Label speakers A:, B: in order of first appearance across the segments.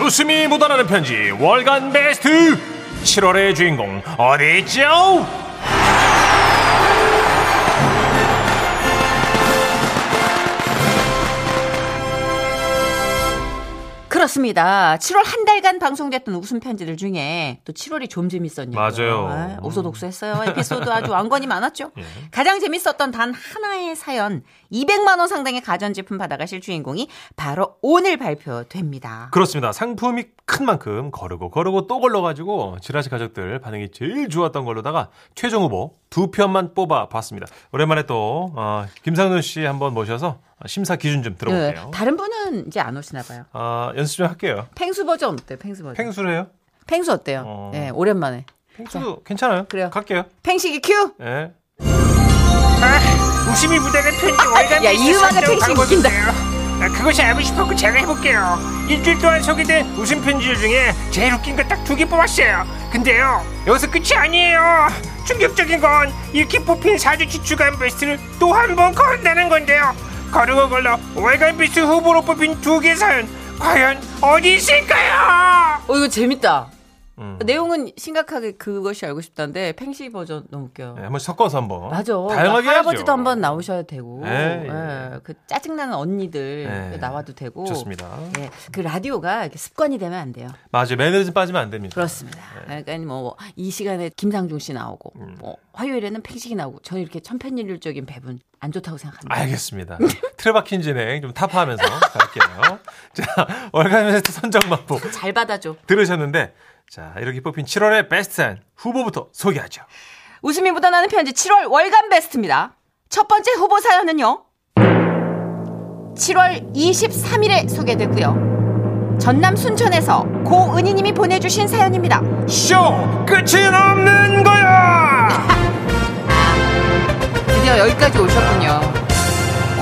A: 웃음이 묻어나는 편지 월간 베스트 7월의 주인공 어디 있죠?
B: 그렇습니다. 7월 한 달간 방송됐던 웃음 편지들 중에 또 7월이 좀 재밌었네요.
A: 맞아요. 음. 예.
B: 아, 오소독소했어요. 에피소드 아주 왕건이 많았죠. 가장 재밌었던 단 하나의 사연 200만 원 상당의 가전제품 받아가실 주인공이 바로 오늘 발표됩니다.
A: 그렇습니다. 상품이 큰 만큼 거르고 거르고 또 걸러가지고 지라시 가족들 반응이 제일 좋았던 걸로다가 최종 후보 두 편만 뽑아봤습니다. 오랜만에 또 어, 김상준 씨 한번 모셔서 심사 기준 좀
B: 네,
A: 들어볼게요.
B: 다른 분은 이제 안 오시나 봐요.
A: 아 연습 좀 할게요.
B: 펭수 버전 어때요? 펭수 버전. 펭수,
A: 팽수를 해요?
B: 어때요?
A: 어.
B: 네, 오랜만에.
A: 팽수 괜찮아요?
B: 그래요.
A: 갈게요.
B: 팽식이 큐. 어,
A: 예. 아, 웃음이 묻어가는 편지 월간
B: 야, 이
A: 베스트
B: 음악은
A: 선정
B: 되게
A: 방법
B: 웃긴다.
A: 주세요. 아, 그것이 알고 싶었고 제가 해볼게요. 일주일 동안 소개된 웃음 편지 중에 제일 웃긴 거 딱 두 개 뽑았어요. 근데요, 여기서 끝이 아니에요. 충격적인 건 이렇게 뽑힌 사주치 주간 베스트를 또 한 번 거른다는 건데요. 거르고 걸러 월간 베스트 후보로 뽑힌 두 개 사연 과연 어디 있을까요?
B: 어 이거 재밌다.
A: 음.
B: 내용은 심각하게 그것이 알고 싶다는데 팽식 버전 너무 웃겨.
A: 네, 한번 섞어서 한번.
B: 맞아. 그러니까 할아버지도 한번 나오셔야 되고,
A: 예,
B: 예, 그 짜증나는 언니들
A: 예.
B: 나와도 되고,
A: 좋습니다.
B: 예, 그 라디오가 이렇게 습관이 되면 안 돼요.
A: 맞아요. 매너리즘 빠지면 안 됩니다.
B: 그렇습니다.
A: 예.
B: 그러니까 뭐 이 시간에 김상중 씨 나오고,
A: 음.
B: 뭐 화요일에는 팽식이 나오고, 저는 이렇게 천편일률적인 배분 안 좋다고 생각합니다.
A: 알겠습니다. 틀어박힌 진행 좀 타파하면서 갈게요. 자, 월간 베스트 선정 마포
B: 잘 받아줘.
A: 들으셨는데 자, 이렇게 뽑힌 7월의 베스트 한 후보부터 소개하죠.
B: 웃음이 묻어나는 편지 7월 월간 베스트입니다. 첫 번째 후보 사연은요. 7월 23일에 소개됐고요. 전남 순천에서 고은희님이 보내주신 사연입니다.
A: 쇼! 끝이 없는 거야!
B: 드디어 여기까지 오셨군요.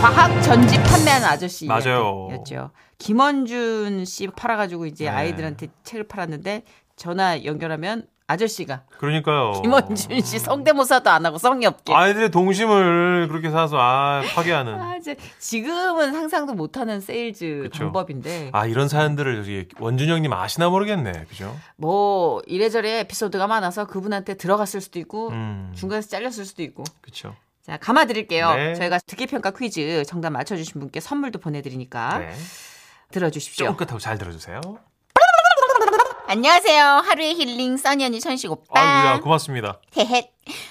B: 과학 전지 판매하는 아저씨
A: 맞아요.
B: 이야기였죠. 김원준 씨 팔아가지고 이제
A: 네.
B: 아이들한테 책을 팔았는데 전화 연결하면 아저씨가
A: 어. 그러니까요.
B: 김원준 씨 성대모사도 안 하고 성의 없게. 아,
A: 아이들의 동심을 그렇게 사서 아, 파괴하는
B: 이제 지금은 상상도 못하는 세일즈
A: 그쵸.
B: 방법인데
A: 아, 이런 사연들을 저기 원준 형님 아시나 모르겠네. 그죠?
B: 뭐 이래저래 에피소드가 많아서 그분한테 들어갔을 수도 있고
A: 음.
B: 중간에서 잘렸을 수도 있고
A: 그렇죠.
B: 자 감아드릴게요
A: 네.
B: 저희가 듣기평가 퀴즈 정답 맞춰주신 분께 선물도 보내드리니까
A: 네.
B: 들어주십시오
A: 쫑긋하고 잘 들어 주세요.
B: 안녕하세요 하루의 힐링 써니언니 천식
A: 아우야,
B: 오빠
A: 고맙습니다.
B: 헤헷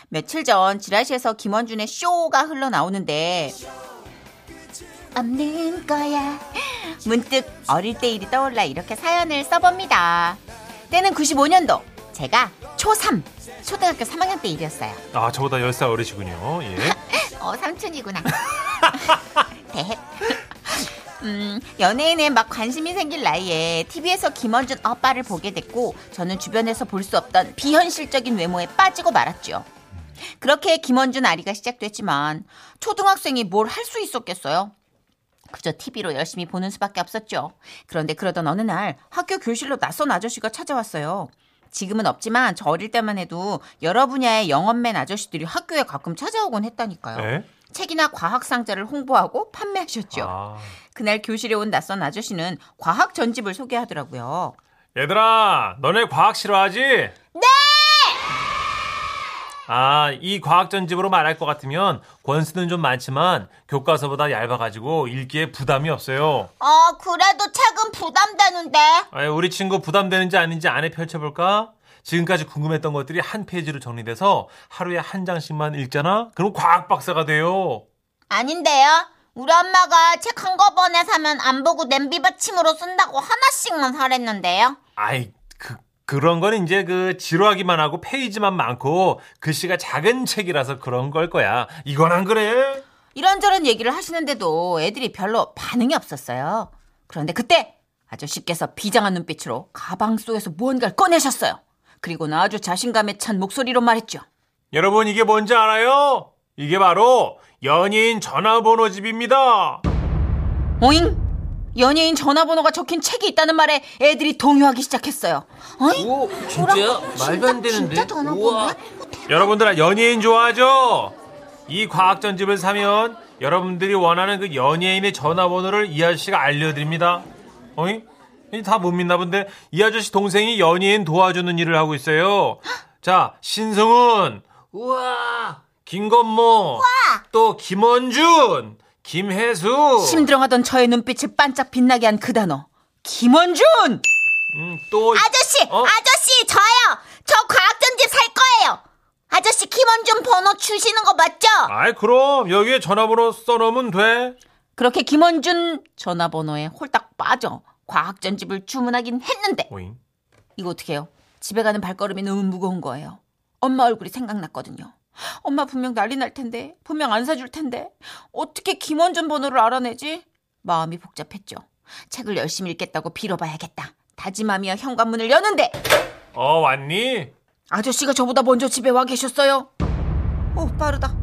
B: 며칠 전 지라시에서 김원준의 쇼가 흘러나오는데 없는 거야 문득 어릴 때 일이 떠올라 이렇게 사연을 써봅니다 때는 95년도 제가 초3 초등학교 3학년 때 일이었어요
A: 아, 저보다 10살 어리시군요. 예.
B: 어 삼촌이구나. 대헷. 음, 연예인에 막 관심이 생길 나이에 TV에서 김원준 오빠를 보게 됐고 저는 주변에서 볼 수 없던 비현실적인 외모에 빠지고 말았죠. 그렇게 김원준 아리가 시작됐지만 초등학생이 뭘 할 수 있었겠어요? 그저 TV로 열심히 보는 수밖에 없었죠. 그런데 그러던 어느 날 학교 교실로 낯선 아저씨가 찾아왔어요. 지금은 없지만 저 어릴 때만 해도 여러 분야의 영업맨 아저씨들이 학교에 가끔 찾아오곤 했다니까요.
A: 예?
B: 책이나 과학 상자를 홍보하고 판매하셨죠.
A: 아.
B: 그날 교실에 온 낯선 아저씨는 과학 전집을 소개하더라고요.
A: 얘들아, 너네 과학 싫어하지? 네! 아, 이 과학 전집으로 말할 것 같으면 권수는 좀 많지만 교과서보다 얇아가지고 읽기에 부담이 없어요.
B: 어, 그래도 책은 부담되는데.
A: 아, 우리 친구 부담되는지 아닌지 안에 펼쳐볼까? 지금까지 궁금했던 것들이 한 페이지로 정리돼서 하루에 한 장씩만 읽잖아? 그럼 과학 박사가 돼요.
C: 아닌데요? 우리 엄마가 책 한 거번에 사면 안 보고 냄비 받침으로 쓴다고 하나씩만 사랬는데요.
A: 아이, 그, 그런 건 이제 그 지루하기만 하고 페이지만 많고 글씨가 작은 책이라서 그런 걸 거야. 이건 안 그래?
B: 이런저런 얘기를 하시는데도 애들이 별로 반응이 없었어요. 그런데 그때 아저씨께서 비장한 눈빛으로 가방 속에서 무언가를 꺼내셨어요. 그리고는 아주 자신감에 찬 목소리로 말했죠.
A: 여러분 이게 뭔지 알아요? 이게 바로 연예인 전화번호집입니다.
B: 오잉! 연예인 전화번호가 적힌 책이 있다는 말에 애들이 동요하기 시작했어요. 어잉?
D: 오, 진짜야? 말도 안 되는데.
C: 진짜 전화번호야?
D: 우와.
A: 여러분들아 연예인 좋아하죠? 이 과학 전집을 사면 여러분들이 원하는 그 연예인의 전화번호를 이 아저씨가 알려드립니다. 어이? 다 못 믿나 본데 이 아저씨 동생이 연예인 도와주는 일을 하고 있어요. 자, 신승훈, 우와, 김건모, 또 김원준, 김혜수,
B: 심드렁하던 저의 눈빛을 반짝 빛나게 한 그 단어. 김원준!
A: 음, 또
E: 아저씨,
A: 어?
E: 아저씨, 저요. 저 과학전집 살 거예요. 아저씨 김원준 번호 주시는 거 맞죠?
A: 아이 그럼 여기에 전화번호 써놓으면 돼.
B: 그렇게 김원준 전화번호에 홀딱 빠져 과학전집을 주문하긴 했는데
A: 오잉.
B: 이거 어떻게 해요? 집에 가는 발걸음이 너무 무거운 거예요. 엄마 얼굴이 생각났거든요. 엄마 분명 난리 날 텐데 분명 안 사줄 텐데 어떻게 김원준 번호를 알아내지? 마음이 복잡했죠. 책을 열심히 읽겠다고 빌어봐야겠다. 다짐하며 현관문을 여는데
A: 어 왔니?
B: 아저씨가 저보다 먼저 집에 와 계셨어요. 오, 빠르다.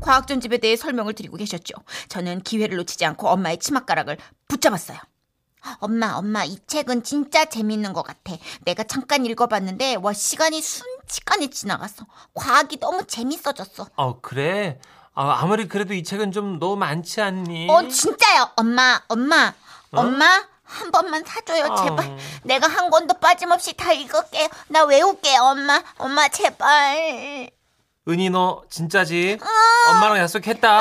B: 과학전 집에 대해 설명을 드리고 계셨죠. 저는 기회를 놓치지 않고 엄마의 치맛가락을 붙잡았어요.
E: 엄마, 엄마, 이 책은 진짜 재밌는 것 같아. 내가 잠깐 읽어봤는데, 와, 시간이 순식간에 지나갔어. 과학이 너무 재밌어졌어.
A: 어 그래. 아, 아무리 그래도 이 책은 좀 너무 많지 않니?
E: 어, 진짜요. 엄마, 엄마, 엄마, 한 번만 사줘요, 제발.
A: 아우.
E: 내가 한 권도 빠짐없이 다 읽을게요. 나 외울게요, 엄마. 엄마, 제발.
A: 은희 너 진짜지?
E: 아.
A: 엄마랑 약속했다.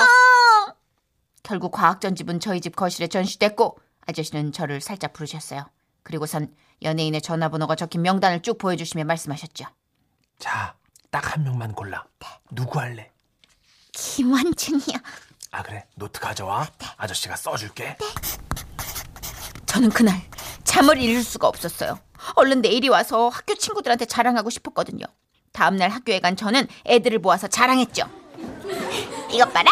B: 결국 과학전집은 저희 집 거실에 전시됐고 아저씨는 저를 살짝 부르셨어요. 그리고선 연예인의 전화번호가 적힌 명단을 쭉 보여주시며 말씀하셨죠.
A: 자, 딱 한 명만 골라. 누구 할래?
E: 김원준이요.
A: 아 그래 노트 가져와. 아저씨가 써줄게.
B: 저는 그날 잠을 이룰 수가 없었어요. 얼른 내일이 와서 학교 친구들한테 자랑하고 싶었거든요. 다음날 학교에 간 저는 애들을 모아서 자랑했죠.
E: 이것 봐라.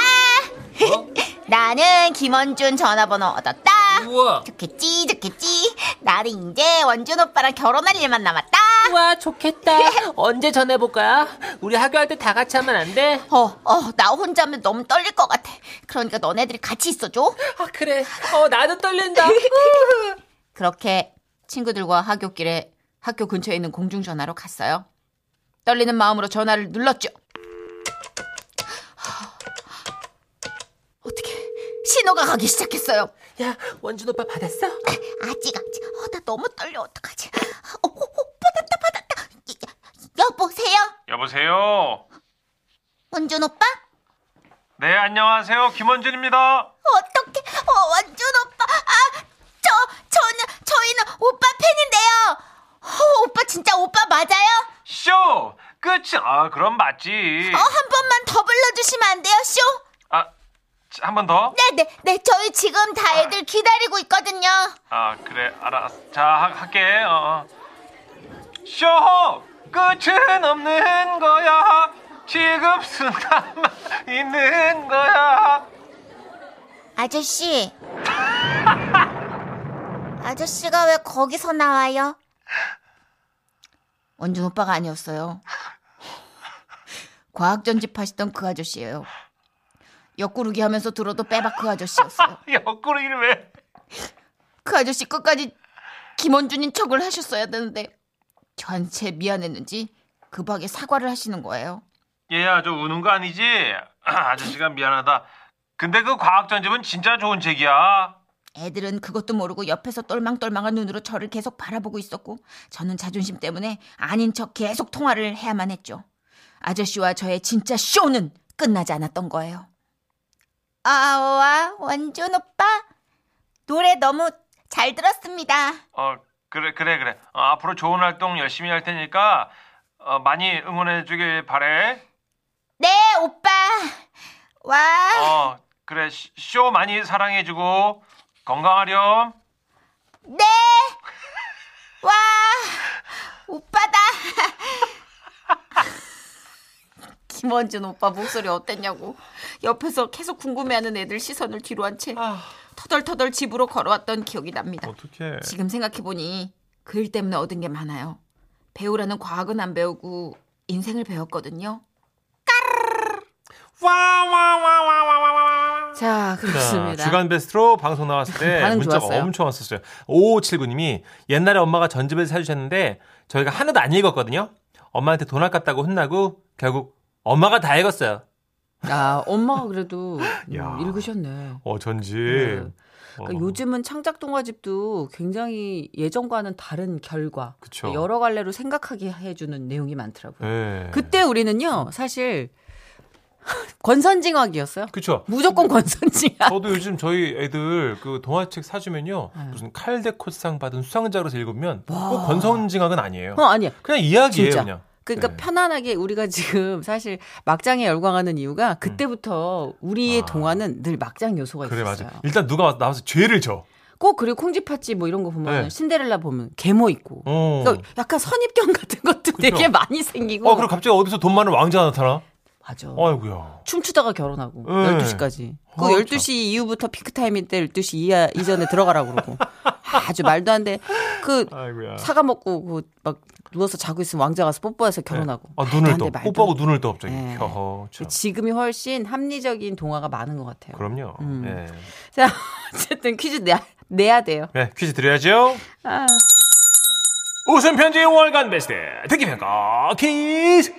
E: 나는 김원준 전화번호 얻었다.
F: 우와.
E: 좋겠지, 좋겠지. 나는 이제 원준 오빠랑 결혼할 일만 남았다.
F: 우와 좋겠다. 언제 전해볼까? 우리 학교할 때 다 같이 하면 안 돼?
E: 어, 어, 나 혼자 하면 너무 떨릴 것 같아. 그러니까 너네들이 같이 있어줘.
F: 아 그래. 어 나도 떨린다.
B: 그렇게 친구들과 학교길에 학교 근처에 있는 공중전화로 갔어요. 떨리는 마음으로 전화를 눌렀죠. 어떻게 신호가 가기 시작했어요.
F: 야 원준 오빠 받았어?
E: 아직, 아직. 어, 나 너무 떨려. 어떡하지? 어, 어, 어, 받았다, 받았다. 이- 여보세요?
A: 여보세요.
E: 원준 오빠?
A: 네 안녕하세요 김원준입니다.
E: 어떻게? 어, 원준 오빠. 아, 저, 저는, 저희는 오빠 팬인데요. 어, 오빠 진짜 오빠 맞아요?
A: 쇼 끝. 아 그럼 맞지.
E: 어, 한 번만 더 불러주시면 안 돼요, 쇼?
A: 아한 번 더.
E: 네네, 네, 저희 지금 다 애들 기다리고 있거든요.
A: 아 그래 알았. 자 하- 할게. 어. 쇼 끝은 없는 거야. 지금 순간만 있는 거야.
E: 아저씨. 아저씨가 왜 거기서 나와요?
B: 원준 오빠가 아니었어요. 과학 전집하시던 그 아저씨예요. 옆구르기 하면서 들어도 빼박 그 아저씨였어요.
A: 옆구리를 왜?
B: 그 아저씨 끝까지 김원준인 척을 하셨어야 되는데 전체 미안했는지 급하게 사과를 하시는 거예요.
A: 얘야 저 우는 거 아니지? 아저씨가 미안하다. 근데 그 과학전집은 진짜 좋은 책이야.
B: 애들은 그것도 모르고 옆에서 똘망똘망한 눈으로 저를 계속 바라보고 있었고 저는 자존심 때문에 아닌 척 계속 통화를 해야만 했죠. 아저씨와 저의 진짜 쇼는 끝나지 않았던 거예요.
E: 아와, 원준 오빠. 노래 너무 잘 들었습니다.
A: 어 그래 그래 그래. 어, 앞으로 좋은 활동 열심히 할 테니까 어, 많이 응원해 주길 바래.
E: 네, 오빠. 와,
A: 어 그래 쇼- 쇼 많이 사랑해 주고 건강하렴.
E: 네. 와, 오빠다.
B: 김원준 오빠 목소리 어땠냐고 옆에서 계속 궁금해하는 애들 시선을 뒤로 한 채 터덜터덜 집으로 걸어왔던 기억이 납니다.
A: 어떡해.
B: 지금 생각해보니 그 일 때문에 얻은 게 많아요. 배우라는 과학은 안 배우고 인생을 배웠거든요.
A: 와와와와와와와.
B: 자,
A: 자, 주간 베스트로 방송 나왔을 때
B: 반응
A: 문자가
B: 좋았어요.
A: 엄청 왔었어요. 5579님이 옛날에 엄마가 전집에서 사주셨는데 저희가 하나도 안 읽었거든요. 엄마한테 돈 아깝다고 혼나고 결국 엄마가 다 읽었어요.
G: 아, 엄마가 그래도 음,
A: 야.
G: 읽으셨네.
A: 어 전집.
G: 네.
B: 그러니까 요즘은 창작 동화집도 굉장히 예전과는 다른 결과
A: 그쵸.
B: 여러 갈래로 생각하게 해주는 내용이 많더라고요.
A: 예.
B: 그때 우리는요 사실 권선징악이었어요.
A: 그쵸.
B: 무조건 권선징악.
A: 저도 요즘 저희 애들 그 동화책 사주면요
B: 네.
A: 무슨 칼데코스상 받은 수상자로서 읽으면 꼭 권선징악은 아니에요.
B: 어 아니야.
A: 그냥 이야기예요,
B: 진짜.
A: 그냥.
B: 그러니까
A: 네.
B: 편안하게 우리가 지금 사실 막장에 열광하는 이유가 그때부터 우리의
A: 아.
B: 동화는 늘 막장 요소가
A: 그래
B: 있었어요.
A: 맞아. 일단 누가 와서 나와서 죄를 져.
B: 꼭 그리고 콩쥐팥쥐 뭐 이런 거 보면
A: 네.
B: 신데렐라 보면 계모 있고.
A: 어.
B: 그러니까 약간 선입견 같은 것도 되게 많이 생기고.
A: 어, 그럼 갑자기 어디서 돈 많은 왕자가 나타나?
B: 맞아.
A: 아이고야.
B: 춤추다가 결혼하고
A: 네.
B: 12시까지. 그
A: 어,
B: 12시 이후부터 피크 타임인데 12시 이하 이전에 들어가라고 그러고. 아주 말도 안 돼. 그
A: 아이고야.
B: 사과 먹고 그막 누워서 자고 있으면 왕자 가서 뽀뽀해서 결혼하고.
A: 아,
B: 말도
A: 눈을
B: 안
A: 떠.
B: 돼, 말도
A: 뽀뽀하고 눈을 떠 갑자기.
B: 네.
A: 허허. 참.
B: 지금이 훨씬 합리적인 동화가 많은 것 같아요.
A: 그럼요.
B: 음.
A: 예.
B: 자, 어쨌든 퀴즈 내야, 내야 돼요.
A: 네, 퀴즈 드려야죠.
B: 아.
A: 웃음 편지 월간 베스트 듣기평가 퀴즈.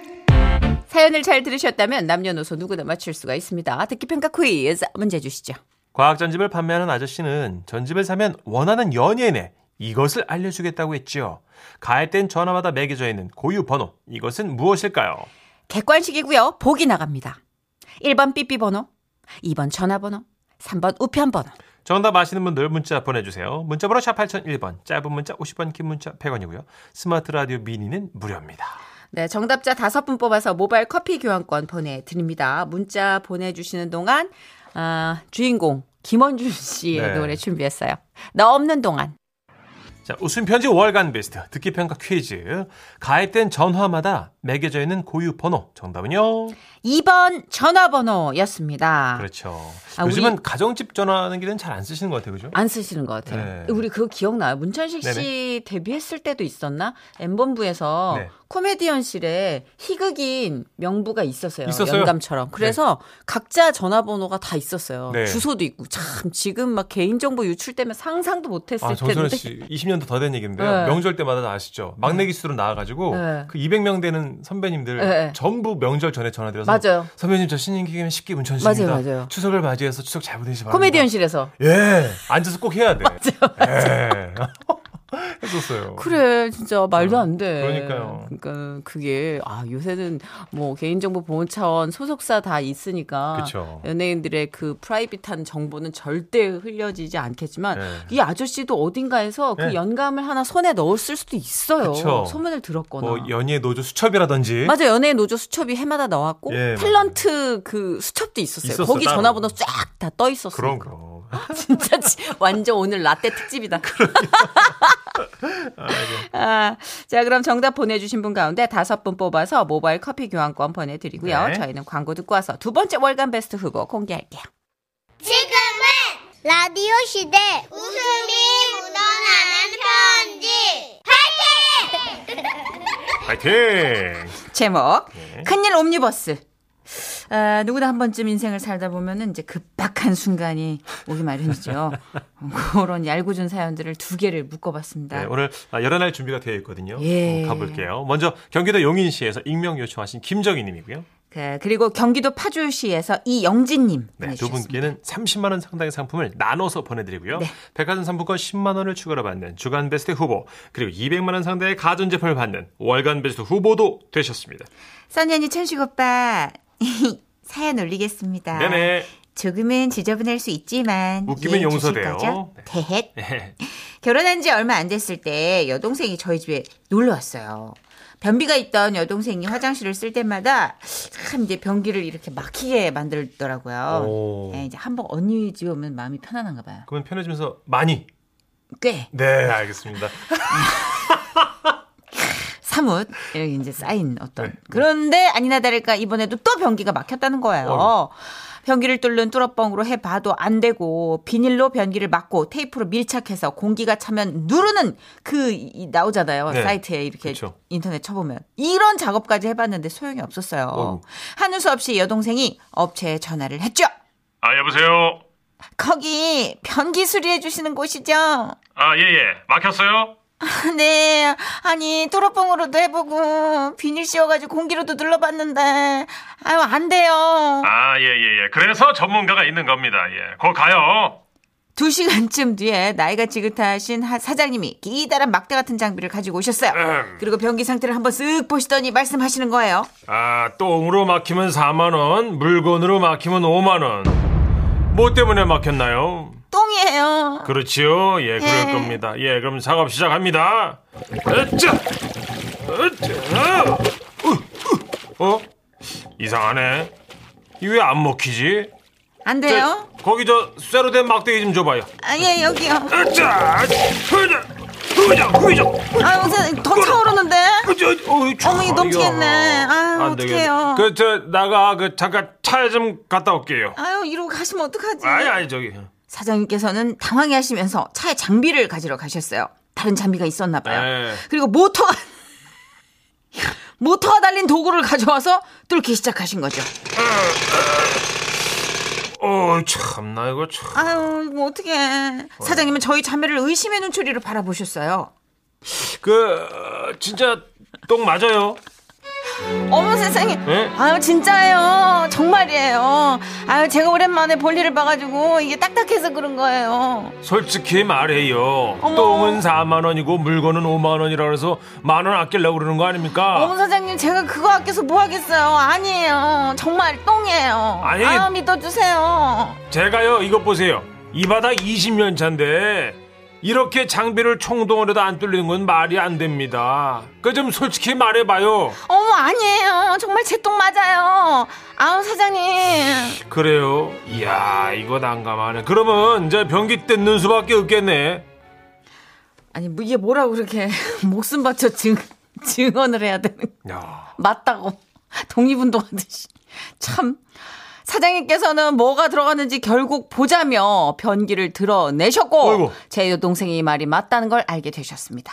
B: 사연을 잘 들으셨다면 남녀노소 누구나 맞출 수가 있습니다. 듣기평가 퀴즈 문제 주시죠.
A: 과학 전집을 판매하는 아저씨는 전집을 사면 원하는 연예인에 이것을 알려주겠다고 했지요. 가입된 전화마다 매겨져 있는 고유 번호 이것은 무엇일까요?
B: 객관식이고요. 보기 나갑니다. 1번 삐삐 번호, 2번 전화번호, 3번 우편 번호.
A: 정답 아시는 분들 문자 보내주세요. 문자번호 샵 8001번, 짧은 문자 50원, 긴 문자 100원이고요. 스마트 라디오 미니는 무료입니다.
B: 네, 정답자 5분 뽑아서 모바일 커피 교환권 보내 드립니다. 문자 보내 주시는 동안 아, 주인공 김원준 씨의
A: 네.
B: 노래 준비했어요. 나 없는 동안.
A: 자, 웃음 편지 월간 베스트 듣기 평가 퀴즈. 가입된 전화마다 매겨져 있는 고유 번호 정답은요.
B: 2번 전화번호였습니다.
A: 그렇죠.
B: 아, 우리-
A: 요즘은 가정집 전화기는 잘 안 쓰시는 것 같아요, 그죠?
B: 안 쓰시는 것 같아요.
A: 네.
B: 우리 그거 기억나요? 문천식 씨 데뷔했을 때도 있었나? 엠본부에서
A: 네.
B: 코미디언실에 희극인 명부가 있었어요.
A: 있었어요.
B: 영감처럼. 그래서 각자 전화번호가 다 있었어요.
A: 네.
B: 주소도 있고 참 지금 막 개인정보 유출 때문에 상상도 못했을
A: 아, 정선우
B: 텐데.
A: 씨 20년도 더 된 얘기인데요.
B: 네.
A: 명절 때마다 다 아시죠? 막내 기수로 나와가지고
B: 네.
A: 그 200명 되는 선배님들
B: 네.
A: 전부 명절 전에 전화드려서
B: 맞아요.
A: 선배님 저 신인기기면 10기 문천식입니다.
B: 맞아요, 맞아요.
A: 추석을 맞이해서 추석 잘 보내시 바랍니다.
B: 코미디언실에서.
A: 예 앉아서 꼭 해야 돼. 맞아요. 했었어요.
B: 그래, 진짜 말도 안 돼.
A: 아, 그러니까요.
B: 그러니까 그게 아 요새는 뭐 개인정보 보호 차원 소속사 다 있으니까
A: 그쵸.
B: 연예인들의 그 프라이빗한 정보는 절대 흘려지지 않겠지만
A: 네.
B: 이 아저씨도 어딘가에서 그
A: 네.
B: 연감을 하나 손에 넣었을 수도 있어요.
A: 그쵸.
B: 소문을 들었거나.
A: 뭐 연예 노조 수첩이라든지
B: 맞아 연예인 노조 수첩이 해마다 나왔고
A: 예,
B: 탤런트 그 수첩도 있었어요.
A: 있었어요,
B: 거기
A: 따로.
B: 전화번호 쫙 다 떠 있었어요.
A: 그런 거.
B: 진짜 지- 완전 오늘 라떼 특집이다. 아, 자, 그럼 정답 보내주신 분 가운데 다섯 분 뽑아서 모바일 커피 교환권 보내드리고요.
A: 네.
B: 저희는 광고 듣고 와서 두 번째 월간 베스트 후보 공개할게요.
H: 지금은 라디오 시대 웃음이 묻어나는 편지
A: 파이팅.
B: 제목
A: 네.
B: 큰일 옴니버스. 아, 누구나 한 번쯤 인생을 살다 보면은 이제 급박한 순간이 오기 마련이죠. 그런 얄궂은 사연들을 두 개를 묶어봤습니다.
A: 네, 오늘 아, 여러 날 준비가 되어 있거든요.
B: 예.
A: 어, 가볼게요. 먼저 경기도 용인시에서 익명 요청하신 김정희님이고요.
B: 그, 그리고 경기도 파주시에서 이영진님
A: 네, 두
B: 보내주셨습니다.
A: 분께는 30만 원 상당의 상품을 나눠서 보내드리고요.
B: 네.
A: 백화점 상품권 10만 원을 추가로 받는 주간 베스트 후보 그리고 200만 원 상당의 가전제품을 받는 월간 베스트 후보도 되셨습니다.
I: 선현이 천식 오빠 사연 올리겠습니다.
A: 네네.
I: 조금은 지저분할 수 있지만
A: 웃기면
I: 이해해 주실
A: 용서돼요.
I: 거죠?
A: 네.
I: 대헷
A: 네.
I: 결혼한 지 얼마 안 됐을 때 여동생이 저희 집에 놀러 왔어요. 변비가 있던 여동생이 화장실을 쓸 때마다 참 이제 변기를 이렇게 막히게
B: 어.
I: 만들더라고요.
A: 오.
B: 네.
I: 예, 이제 한번 언니 집에 오면 마음이 편안한가 봐요.
A: 그러면 편해지면서 많이.
I: 꽤
A: 네, 알겠습니다.
I: 사뭇 이렇게
A: 음.
I: 이제 쌓인 어떤
A: 네,
I: 그런데 아니나 다를까 이번에도 또 변기가 막혔다는 거예요. 변기를 뚫는 뚫어뻥으로 해봐도 안 되고 비닐로 변기를 막고 테이프로 밀착해서 공기가 차면 누르는 그 이- 나오잖아요
A: 네.
I: 사이트에 이렇게
A: 그쵸.
I: 인터넷 쳐보면 이런 작업까지 해봤는데 소용이 없었어요.
A: 어이구.
I: 한우수 없이 여동생이 업체에 전화를 했죠.
A: 아 여보세요.
I: 거기 변기 수리해 주시는 곳이죠?
A: 아 예예. 막혔어요?
I: 네, 아니 뚜러뻥으로도 해보고 비닐 씌워가지고 공기로도 눌러봤는데 아유 안 돼요.
A: 예, 아 예예예. 그래서 예. 전문가가 있는 겁니다. 예. 거 가요.
B: 두 시간쯤 뒤에 나이가 지긋하신 하- 사장님이 기다란 막대 같은 장비를 가지고 오셨어요.
A: 음.
B: 그리고 변기 상태를 한번 쓱 보시더니 말씀하시는 거예요.
A: 아, 똥으로 막히면 4만원, 물건으로 막히면 5만원. 뭐 때문에 막혔나요?
B: 똥이에요.
A: 그렇지요. 예, 그럴 겁니다. 예, 그럼 작업 시작합니다. 으쌰! 으쌰! 어? 어? 이상하네. 이 왜 안 먹히지?
B: 안 돼요?
A: 저, 거기 저 쇠로 된 막대기 좀 줘봐요.
B: 아, 예, 여기요.
A: 으쌰! 후자! 후자! 후자!
B: 아, 무슨 더 차오르는데?
A: 그, 어머니
B: 넘치겠네. 아유, 어떡해요.
A: 그저 나가 그 잠깐 차에 좀 갔다 올게요.
B: 아유, 이러고 가시면 어떡하지?
A: 아니 아니 저기
B: 네. 사장님께서는 당황해 하시면서 차에 장비를 가지러 가셨어요. 다른 장비가 있었나 봐요.
A: 네.
B: 그리고 모터가 모터가 달린 도구를 가져와서 뚫기 시작하신 거죠.
A: 어 참나 이거 참
B: 아유, 뭐 어떡해. 사장님은 저희 자매를 의심의 눈초리로 바라보셨어요.
A: 그 어, 진짜 똥 맞아요.
B: 어머 세상에.
A: 예?
B: 아유, 진짜예요. 정말이에요. 아유, 제가 오랜만에 볼일을 봐가지고 이게 딱딱해서 그런 거예요.
A: 솔직히 말해요. 똥은 4만 원이고 물건은 5만 원이라 서 만 원 아끼려고 그러는 거 아닙니까?
B: 어머 사장님 제가 그거 아껴서 뭐 하겠어요 아니에요 정말 똥이에요
A: 아니.
B: 아 믿어주세요
A: 제가요 이것 보세요. 이 바닥 20년 차인데 이렇게 장비를 총동원해도 안 뚫리는 건 말이 안 됩니다. 그 좀 솔직히 말해봐요.
B: 어머 아니에요 정말 제 똥 맞아요 아우 사장님
A: 그래요? 이야 이거 난감하네. 그러면 이제 변기 뜯는 수밖에 없겠네.
B: 아니 뭐 이게 뭐라고 그렇게 목숨 바쳐 증, 증언을 해야 되는
A: 야,
B: 맞다고 독립운동하듯이 참 사장님께서는 뭐가 들어갔는지 결국 보자며 변기를 드러내셨고
A: 어이구.
B: 제 여동생이 말이 맞다는 걸 알게 되셨습니다.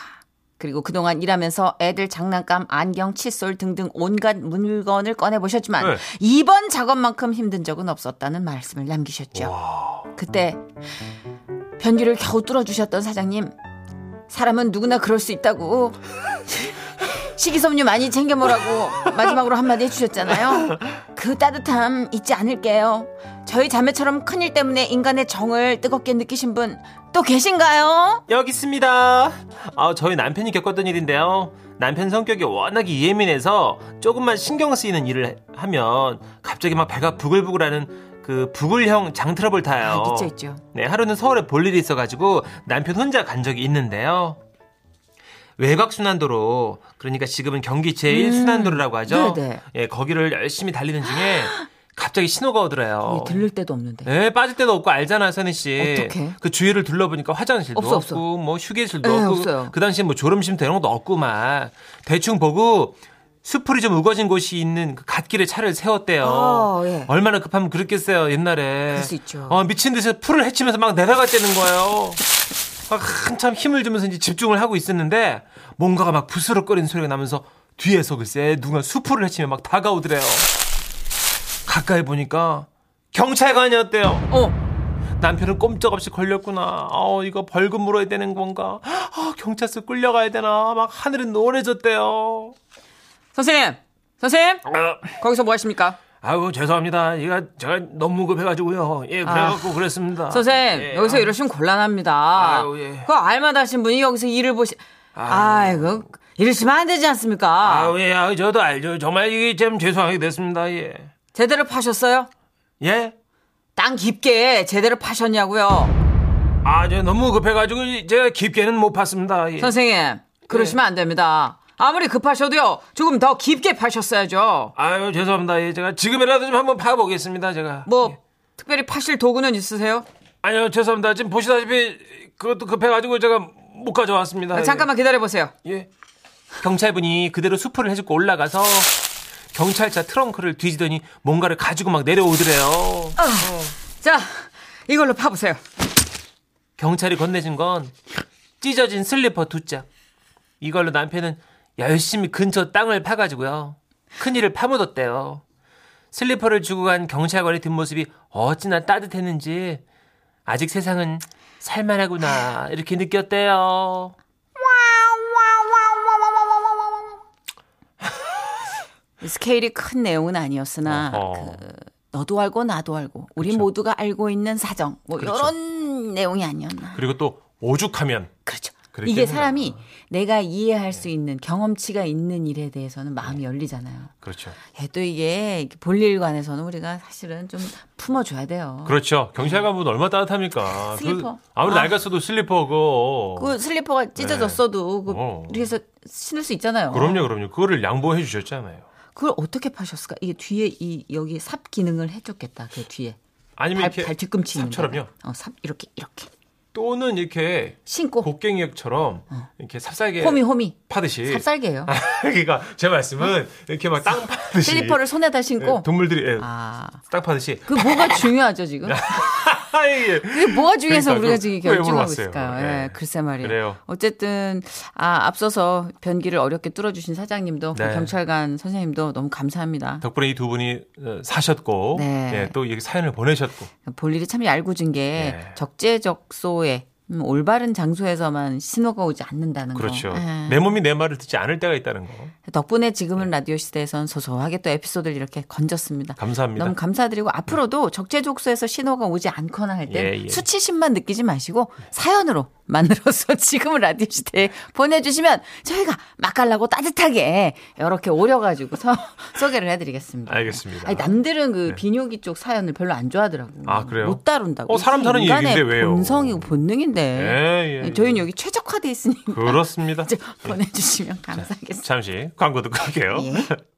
B: 그리고 그동안 일하면서 애들 장난감, 안경, 칫솔 등등 온갖 물건을 꺼내보셨지만
A: 네.
B: 이번 작업만큼 힘든 적은 없었다는 말씀을 남기셨죠. 그때 변기를 겨우 뚫어주셨던 사장님 사람은 누구나 그럴 수 있다고 식이섬유 많이 챙겨 먹으라고 마지막으로 한마디 해주셨잖아요. 그 따뜻함 잊지 않을게요. 저희 자매처럼 큰일 때문에 인간의 정을 뜨겁게 느끼신 분 또 계신가요?
F: 여기 있습니다. 아, 저희 남편이 겪었던 일인데요. 남편 성격이 워낙에 예민해서 조금만 신경 쓰이는 일을 하면 갑자기 막 배가 부글부글하는 그 부글형 장 트러블 타요.
B: 아, 있죠, 있죠.
F: 네, 하루는 서울에 볼 일이 있어가지고 남편 혼자 간 적이 있는데요. 외곽 순환도로 그러니까 지금은 경기 제일 순환도로라고 하죠.
B: 음. 네네.
F: 예, 거기를 열심히 달리는 중에 갑자기 신호가 오더래요.
B: 예, 들릴 때도 없는데.
F: 네, 빠질 데도 없고 알잖아, 선희 씨.
B: 어떡해?
F: 그 주위를 둘러보니까 화장실도
B: 없어,
F: 없고
B: 없어.
F: 뭐 휴게실도
B: 네,
F: 없고
B: 없어요.
F: 그 당시에 뭐 졸음쉼터 이런 것도 없고 막 대충 보고 수풀이 좀 우거진 곳이 있는 그 갓길에 차를 세웠대요.
B: 아, 예.
F: 얼마나 급하면 그랬겠어요, 옛날에.
B: 그럴 수 있죠.
F: 어, 미친 듯이 풀을 헤치면서 막 내려갔다는 거예요. 막 한참 힘을 주면서 이제 집중을 하고 있었는데 뭔가가 막 부스럭거리는 소리가 나면서 뒤에서 글쎄 누가 수풀을 헤치며 막 다가오더래요. 가까이 보니까 경찰관이었대요.
B: 어,
F: 남편은 꼼짝없이 걸렸구나. 어, 이거 벌금 물어야 되는 건가? 아, 경찰서 끌려가야 되나? 막 하늘은 노래졌대요.
B: 선생님, 선생님
A: 아,
B: 거기서 뭐 하십니까?
A: 아유 죄송합니다. 이가 제가 너무 급해가지고요. 예, 그래갖고 그랬습니다.
B: 아. 선생님
A: 예,
B: 여기서
A: 아,
B: 이러시면 곤란합니다.
A: 아유, 예.
B: 그 알만하신 분이 여기서 일을 보시. 아이고 이러시면 안 되지 않습니까?
A: 아유 예, 아유, 저도 알죠. 정말 이게 참 죄송하게 됐습니다. 예,
B: 제대로 파셨어요?
A: 예.
B: 땅 깊게 제대로 파셨냐고요?
A: 아, 저 너무 급해가지고 제가 깊게는 못 팠습니다. 예.
B: 선생님 그러시면
A: 네.
B: 안 됩니다. 아무리 급하셔도요 조금 더 깊게 파셨어야죠.
A: 아유 죄송합니다. 예, 제가 지금이라도 좀 한번 파보겠습니다. 제가.
B: 뭐
A: 예.
B: 특별히 파실 도구는 있으세요?
A: 아니요 죄송합니다. 지금 보시다시피 그것도 급해가지고 제가 못 가져왔습니다.
B: 잠깐만 기다려 보세요.
A: 예. 예.
F: 경찰분이 그대로 수풀을 해주고 올라가서 경찰차 트렁크를 뒤지더니 뭔가를 가지고 막 내려오더래요.
B: 자 이걸로 파 보세요.
F: 경찰이 건네준 건 찢어진 슬리퍼 두 짝. 이걸로 남편은 열심히 근처 땅을 파가지고요. 큰일을 파묻었대요. 슬리퍼를 주고 간 경찰관의 뒷모습이 어찌나 따뜻했는지 아직 세상은 살만하구나 이렇게 느꼈대요.
B: 스케일이 큰 내용은 아니었으나
A: 어허. 그렇죠.
B: 그 너도 알고 나도 알고 우리 모두가 알고 있는 사정 뭐 이런 그런 내용이 아니었나.
A: 그리고 또 오죽하면
B: 그렇죠.
A: 그랬겠네요.
B: 이게 사람이 내가
A: 네.
B: 이해할 수 있는 경험치가 있는 일에 대해서는 마음이 열리잖아요.
A: 그렇죠.
B: 예, 또 이게 이렇게 볼일관에서는 우리가 사실은 좀 품어줘야 돼요.
A: 그렇죠. 경찰관분 얼마 나 따뜻합니까?
B: 슬리퍼.
A: 그, 아무리
B: 아.
A: 낡았어도 슬리퍼고.
B: 그 슬리퍼가 찢어졌어도 그
A: 네. 어.
B: 이렇게 해서 신을 수 있잖아요.
A: 그럼요, 그럼요. 그거를 양보해 주셨잖아요.
B: 그걸 어떻게 파셨을까? 이게 뒤에 이 여기 삽 기능을 해줬겠다. 그 뒤에
A: 아니면
B: 발,
A: 이렇게
B: 발 뒤꿈치 있는
A: 삽처럼요?
B: 데다가. 어, 삽 이렇게 이렇게
A: 또는 이렇게
B: 신고
A: 곡괭이처럼 이렇게 삽살개
B: 호미 호미
A: 파듯이.
B: 어. 삽살개예요.
A: 그러니까 제 말씀은 이렇게 막 땅 파듯이.
B: 슬리퍼를 손에다 신고
A: 예, 동물들이 예,
B: 아.
A: 땅 파듯이.
B: 그 뭐가 중요하죠 지금?
A: 하이.
B: 그게 뭐가 중요해서
A: 그러니까
B: 우리가
A: 좀
B: 지금 이렇게
A: 왜
B: 결정하고
A: 물어봤어요?
B: 있을까요?
A: 예.
B: 예, 글쎄 말이에요.
A: 그래요.
B: 어쨌든 아 앞서서 변기를 어렵게 뚫어주신 사장님도 그
A: 네.
B: 경찰관 선생님도 너무 감사합니다.
A: 덕분에 이 두 분이 어, 사셨고
B: 네. 어,
A: 예, 또 이렇게 사연을 보내셨고
B: 볼 일이 참 얄궂은 게
A: 예.
B: 적재적소에 음, 올바른 장소에서만 신호가 오지 않는다는
A: 그렇죠.
B: 거. 예.
A: 내 몸이 내 말을 듣지 않을 때가 있다는 거.
B: 덕분에
A: 예.
B: 지금은 라디오 시대에선 소소하게 또 에피소드를 이렇게 건졌습니다.
A: 감사합니다. 네.
B: 너무 감사드리고 앞으로도 적재적소에서 신호가 오지 않거나 할 때
A: 예, 예.
B: 수치심만 느끼지 마시고 사연으로 만들어서 지금 라디오 시대에 보내주시면 저희가 맛깔나고 따뜻하게 이렇게 오려가지고 서, 소개를 해드리겠습니다.
A: 알겠습니다. 네.
B: 아니, 남들은 그 비뇨기 쪽 사연을 별로 안 좋아하더라고요.
A: 아, 그래요?
B: 못 다룬다고.
A: 어, 사람 사는
B: 인간의
A: 얘기인데 왜요?
B: 본성이고 본능인데.
A: 예, 예, 예.
B: 저희는 여기 최적화돼 있으니까 아,
A: 그렇습니다.
B: 보내주시면 감사하겠습니다.
A: 잠시 광고 듣고 갈게요.
B: 예.